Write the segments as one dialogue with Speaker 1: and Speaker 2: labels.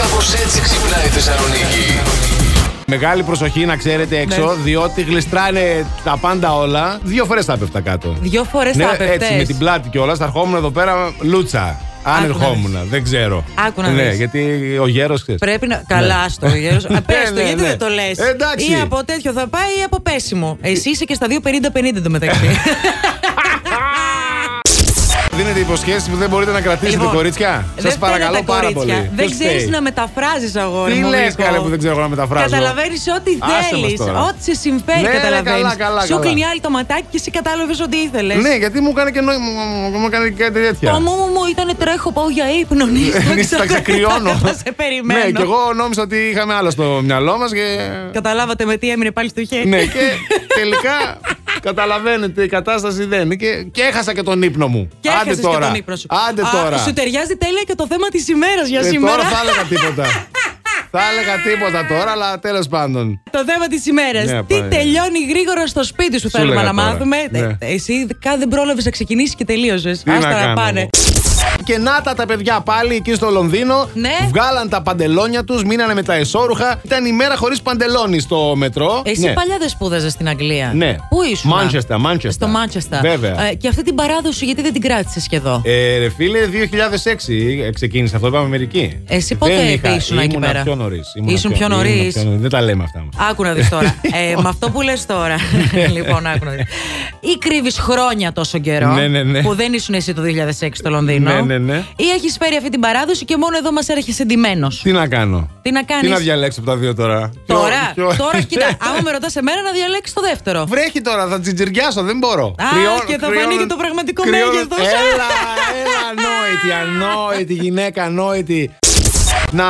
Speaker 1: Κάπως έτσι ξυπνάει η Θεσσαλονίκη.
Speaker 2: Μεγάλη προσοχή να ξέρετε έξω,
Speaker 3: Ναι.
Speaker 2: διότι γλιστράνε τα πάντα όλα. Δύο φορές τα έπεφτα κάτω.
Speaker 3: Δύο φορές
Speaker 2: ναι,
Speaker 3: θα
Speaker 2: έτσι, με
Speaker 3: έπεφτε.
Speaker 2: την πλάτη κιόλας. Θα ερχόμουν εδώ πέρα λούτσα. Αν
Speaker 3: Άκου να
Speaker 2: ερχόμουν, δεν ξέρω.
Speaker 3: Άκου να
Speaker 2: ναι,
Speaker 3: δεις.
Speaker 2: γιατί ο γέρος ξέρεις.
Speaker 3: Πρέπει να. Καλά, στο γέρος.
Speaker 2: Ναι,
Speaker 3: Πες το,
Speaker 2: ναι,
Speaker 3: γιατί
Speaker 2: ναι.
Speaker 3: δεν το λες.
Speaker 2: Εντάξει.
Speaker 3: Ή από τέτοιο θα πάει ή από πέσιμο. Εσύ είσαι και στα 2.50-50 το μεταξύ.
Speaker 2: Δίνετε υποσχέσεις που δεν μπορείτε να κρατήσετε,
Speaker 3: Λοιπόν,
Speaker 2: κορίτσια.
Speaker 3: δεν
Speaker 2: Σας
Speaker 3: φταίνε
Speaker 2: παρακαλώ
Speaker 3: τα
Speaker 2: πάρα
Speaker 3: κορίτσια.
Speaker 2: πολύ.
Speaker 3: Δεν
Speaker 2: Ποιος
Speaker 3: ξέρεις
Speaker 2: φταίει?
Speaker 3: να μεταφράζεις αγόρι.
Speaker 2: Τι
Speaker 3: μου,
Speaker 2: λες,
Speaker 3: Νίκο.
Speaker 2: καλέ που δεν ξέρω να μεταφράζω.
Speaker 3: Καταλαβαίνεις ό,τι
Speaker 2: Άσε μας
Speaker 3: θέλεις.
Speaker 2: τώρα.
Speaker 3: Ό,τι σε συμφέρει,
Speaker 2: Ναι, ναι,
Speaker 3: καταλαβαίνεις.
Speaker 2: καλά, καλά,
Speaker 3: Σου
Speaker 2: καλά.
Speaker 3: κλείνει άλλη το ματάκι και εσύ κατάλαβε ότι ήθελες.
Speaker 2: Ναι, γιατί μου έκανε και νόημα. Μου έκανε και κάτι τέτοια.
Speaker 3: Το μου μου ήταν τρέχω, πάω για ύπνο. νύχτα,
Speaker 2: Ναι, Τα ξεκριώνω.
Speaker 3: Θα σε περιμένω.
Speaker 2: Ναι, και εγώ νόμιζα ότι είχαμε άλλο στο μυαλό μας και.
Speaker 3: Καταλάβατε με τι έμεινε πάλι στο χέρι.
Speaker 2: ναι, και τελικά καταλαβαίνετε, η κατάσταση δεν είναι. Και, και έχασα και τον ύπνο μου.
Speaker 3: Και
Speaker 2: Άντε
Speaker 3: έχασες
Speaker 2: τώρα.
Speaker 3: και τον ύπνο σου.
Speaker 2: Άντε
Speaker 3: Α,
Speaker 2: τώρα.
Speaker 3: σου ταιριάζει τέλεια και το θέμα της ημέρας για
Speaker 2: Ε,
Speaker 3: σήμερα.
Speaker 2: Τώρα θα έλεγα τίποτα. θα έλεγα τίποτα τώρα, αλλά τέλος πάντων.
Speaker 3: Το θέμα της ημέρας.
Speaker 2: Ναι,
Speaker 3: Τι
Speaker 2: πάει.
Speaker 3: τελειώνει γρήγορα στο σπίτι σου,
Speaker 2: Σου
Speaker 3: θέλουμε
Speaker 2: λέγα
Speaker 3: να
Speaker 2: τώρα.
Speaker 3: μάθουμε.
Speaker 2: Ναι.
Speaker 3: Ε, Εσύ ειδικά δεν πρόλαβες να ξεκινήσεις και τελείωσες.
Speaker 2: Τι να
Speaker 3: Άστα να
Speaker 2: κάνω.
Speaker 3: πάνε.
Speaker 2: Και να τα τα παιδιά πάλι εκεί στο Λονδίνο.
Speaker 3: Ναι.
Speaker 2: Βγάλαν τα παντελόνια τους, μείνανε με τα εσόρουχα. Ήταν η μέρα χωρίς παντελόνι στο μετρό.
Speaker 3: Εσύ
Speaker 2: Ναι.
Speaker 3: παλιά δεν σπούδαζες στην Αγγλία.
Speaker 2: Ναι.
Speaker 3: Πού ήσουν.
Speaker 2: Manchester, Manchester.
Speaker 3: Στο Μάντσεστα.
Speaker 2: Βέβαια.
Speaker 3: και αυτή την παράδοση γιατί δεν την κράτησες και εδώ.
Speaker 2: Ε, ρε φίλε, 2006 ξεκίνησε αυτό, είπαμε μερικοί.
Speaker 3: Εσύ πότε
Speaker 2: Δεν
Speaker 3: ήσουν εκεί
Speaker 2: ήμουνα
Speaker 3: πέρα?
Speaker 2: Πιο νωρίς,
Speaker 3: Ήσουν πιο νωρίς.
Speaker 2: Δεν τα λέμε αυτά όμως.
Speaker 3: Άκου να δεις τώρα. ε, με αυτό που λες τώρα.
Speaker 2: Ναι.
Speaker 3: λοιπόν, άκου να δεις. Ή κρύβεις χρόνια τόσο καιρό.
Speaker 2: Ναι, ναι, ναι.
Speaker 3: Που δεν ήσουν εσύ το 2006 στο Λονδίνο.
Speaker 2: Ναι, ναι, ναι.
Speaker 3: Ή έχεις φέρει αυτή την παράδοση και μόνο εδώ μας έρχεσαι εντυμένο.
Speaker 2: Τι να κάνω.
Speaker 3: Τι να κάνεις?
Speaker 2: Τι να διαλέξω από τα δύο τώρα.
Speaker 3: Τώρα,
Speaker 2: Ποιο- ποιο-
Speaker 3: τώρα κοίτα, άμα με ρωτάς εμένα να διαλέξει το δεύτερο.
Speaker 2: Βρέχει τώρα, θα τσιτζιριάσω, δεν μπορώ. Α,
Speaker 3: και θα φανεί και το πραγματικό μέγεθος.
Speaker 2: Έλα, έλα, ανόητη, ανόητη γυναίκα, ανόητη. Να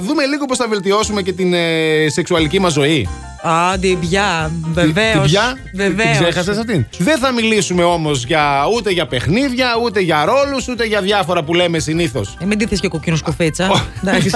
Speaker 2: δούμε λίγο πώς θα βελτιώσουμε και την ε, σεξουαλική μας ζωή.
Speaker 3: Άντι, πια. Βεβαίως.
Speaker 2: Την πια,
Speaker 3: Βεβαίως.
Speaker 2: την ξέχασες αυτήν. Δεν θα μιλήσουμε όμως για, ούτε για παιχνίδια, ούτε για ρόλους, ούτε για διάφορα που λέμε συνήθως.
Speaker 3: Ε, Μην τη θες και κοκκίνος σκουφίτσα. Εντάξει.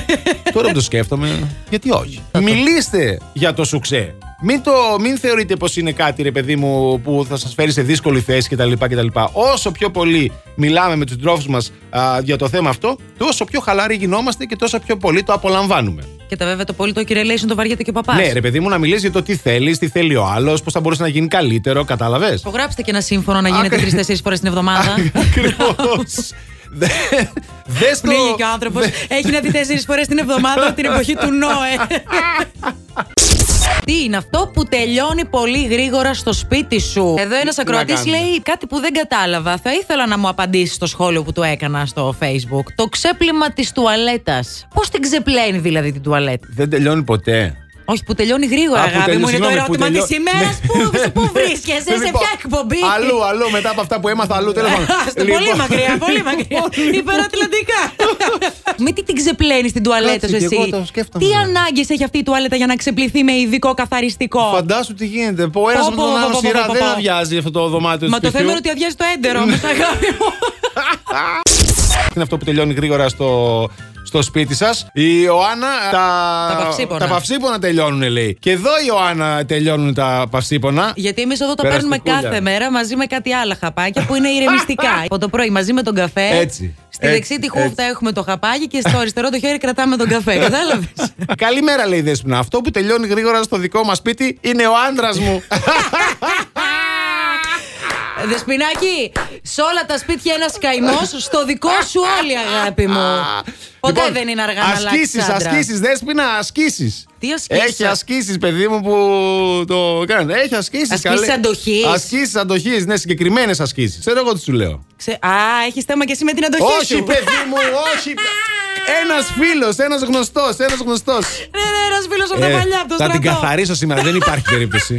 Speaker 2: Τώρα που το σκέφτομαι, γιατί όχι. Μιλήστε για το σουξέ. Μην, το, μην θεωρείτε πως είναι κάτι, ρε παιδί μου, που θα σας φέρει σε δύσκολη θέση κτλ. κτλ. Όσο πιο πολύ μιλάμε με τους τρόφους μας α, για το θέμα αυτό, τόσο πιο χαλαροί γινόμαστε και τόσο πιο πολύ το απολαμβάνουμε.
Speaker 3: και τα βέβαια το πολύ το relation το βαριέται και ο παπάς.
Speaker 2: Ναι, ρε παιδί μου, να μιλήσεις για το τι θέλεις, τι θέλει ο άλλος, πώς θα μπορούσε να γίνει καλύτερο, κατάλαβες.
Speaker 3: Υπογράψτε και ένα σύμφωνο να γίνεται
Speaker 2: Άκρη.
Speaker 3: τρει-τέσσερι φορές την εβδομάδα.
Speaker 2: Ακριβώς. Δε- Δες το...
Speaker 3: Πνίγει και ο άνθρωπος.
Speaker 2: δε-
Speaker 3: Έχει να δει τέσσερις φορές την εβδομάδα την εποχή του Νόε. Τι είναι αυτό που τελειώνει πολύ γρήγορα στο σπίτι σου. Εδώ ένας
Speaker 2: να
Speaker 3: ακροατής
Speaker 2: κάνουμε.
Speaker 3: λέει κάτι που δεν κατάλαβα. Θα ήθελα να μου απαντήσει στο σχόλιο που του έκανα στο Facebook. Το ξέπλυμα της τουαλέτας. Πώς την ξεπλένει δηλαδή την τουαλέτα.
Speaker 2: Δεν τελειώνει ποτέ.
Speaker 3: Όχι, που τελειώνει γρήγορα,
Speaker 2: Α, που
Speaker 3: αγάπη μου.
Speaker 2: τελειώνει,
Speaker 3: Είναι το
Speaker 2: συγγνώμη, που
Speaker 3: ερώτημα τη
Speaker 2: τελειώνει.
Speaker 3: ημέρας.
Speaker 2: Ναι.
Speaker 3: Πού βρίσκεσαι, σε
Speaker 2: Λοιπόν,
Speaker 3: ποια εκπομπή.
Speaker 2: Αλλού, αλλού, μετά από αυτά που έμαθα αλλού. τέλος πάντων.
Speaker 3: Άστο,
Speaker 2: Λοιπόν,
Speaker 3: πολύ μακριά, πολύ μακριά. Υπερατλαντικά. Μη τι την ξεπλένεις την τουαλέτα σου
Speaker 2: Κάτσε,
Speaker 3: εσύ.
Speaker 2: κι εγώ το σκέφτομαι.
Speaker 3: Τι ανάγκες έχει αυτή η τουαλέτα για να ξεπληθεί με ειδικό καθαριστικό.
Speaker 2: Φαντάσου τι γίνεται. Πω ένας
Speaker 3: Πω,
Speaker 2: από
Speaker 3: πω,
Speaker 2: τον
Speaker 3: πω,
Speaker 2: άλλο
Speaker 3: πω,
Speaker 2: σειρά
Speaker 3: πω,
Speaker 2: δεν
Speaker 3: πω.
Speaker 2: αδειάζει αυτό το δωμάτιο
Speaker 3: Μα
Speaker 2: του
Speaker 3: το θέμα
Speaker 2: σπιτιού.
Speaker 3: είναι ότι αδειάζει το έντερο, με τα αγάπη μου.
Speaker 2: Είναι αυτό που τελειώνει γρήγορα στο, στο σπίτι σας. Η Ιωάννα. Τα,
Speaker 3: Τα παυσίπονα.
Speaker 2: τα παυσίπονα τελειώνουν, λέει. Και εδώ η Ιωάννα τελειώνουν τα παυσίπονα.
Speaker 3: Γιατί εμείς εδώ τα
Speaker 2: Πέρασε
Speaker 3: παίρνουμε
Speaker 2: το κούλια.
Speaker 3: κάθε μέρα μαζί με κάτι άλλα χαπάκια που είναι ηρεμιστικά. Από το πρωί μαζί με τον καφέ.
Speaker 2: Έτσι,
Speaker 3: Στη
Speaker 2: έτσι,
Speaker 3: δεξί τη
Speaker 2: έτσι.
Speaker 3: χούφτα έχουμε το χαπάκι και στο αριστερό το χέρι κρατάμε τον καφέ. Κατάλαβες.
Speaker 2: Καλημέρα, λέει η Δέσποινα. Αυτό που τελειώνει γρήγορα στο δικό μας σπίτι είναι ο άντρας μου.
Speaker 3: Δεσπινάκι, σε Ε, όλα τα σπίτια ένας καημός, στο δικό σου όλοι, αγάπη μου. Ποτέ
Speaker 2: Λοιπόν,
Speaker 3: δεν είναι αργά να αλλάξει.
Speaker 2: Ασκήσεις, ασκήσεις, Δέσποινα, ασκήσεις.
Speaker 3: Τι ασκήσεις?
Speaker 2: Έχει ασκήσεις, παιδί μου, που το κάνει. Έχει ασκήσεις.
Speaker 3: Ασκήσεις αντοχής.
Speaker 2: Ασκήσεις αντοχής, ναι, συγκεκριμένες ασκήσεις. Ξέρω εγώ τι σου λέω.
Speaker 3: Ξε... Α, έχεις θέμα και εσύ με την αντοχή
Speaker 2: όχι,
Speaker 3: σου.
Speaker 2: παιδί μου, όχι. Ένας φίλος, ένας γνωστός, ένας γνωστός.
Speaker 3: ναι, ναι, ένας φίλος από τα παλιά, από το
Speaker 2: Ε, θα την
Speaker 3: στρατό.
Speaker 2: καθαρίσω σήμερα, δεν υπάρχει περίπτωση.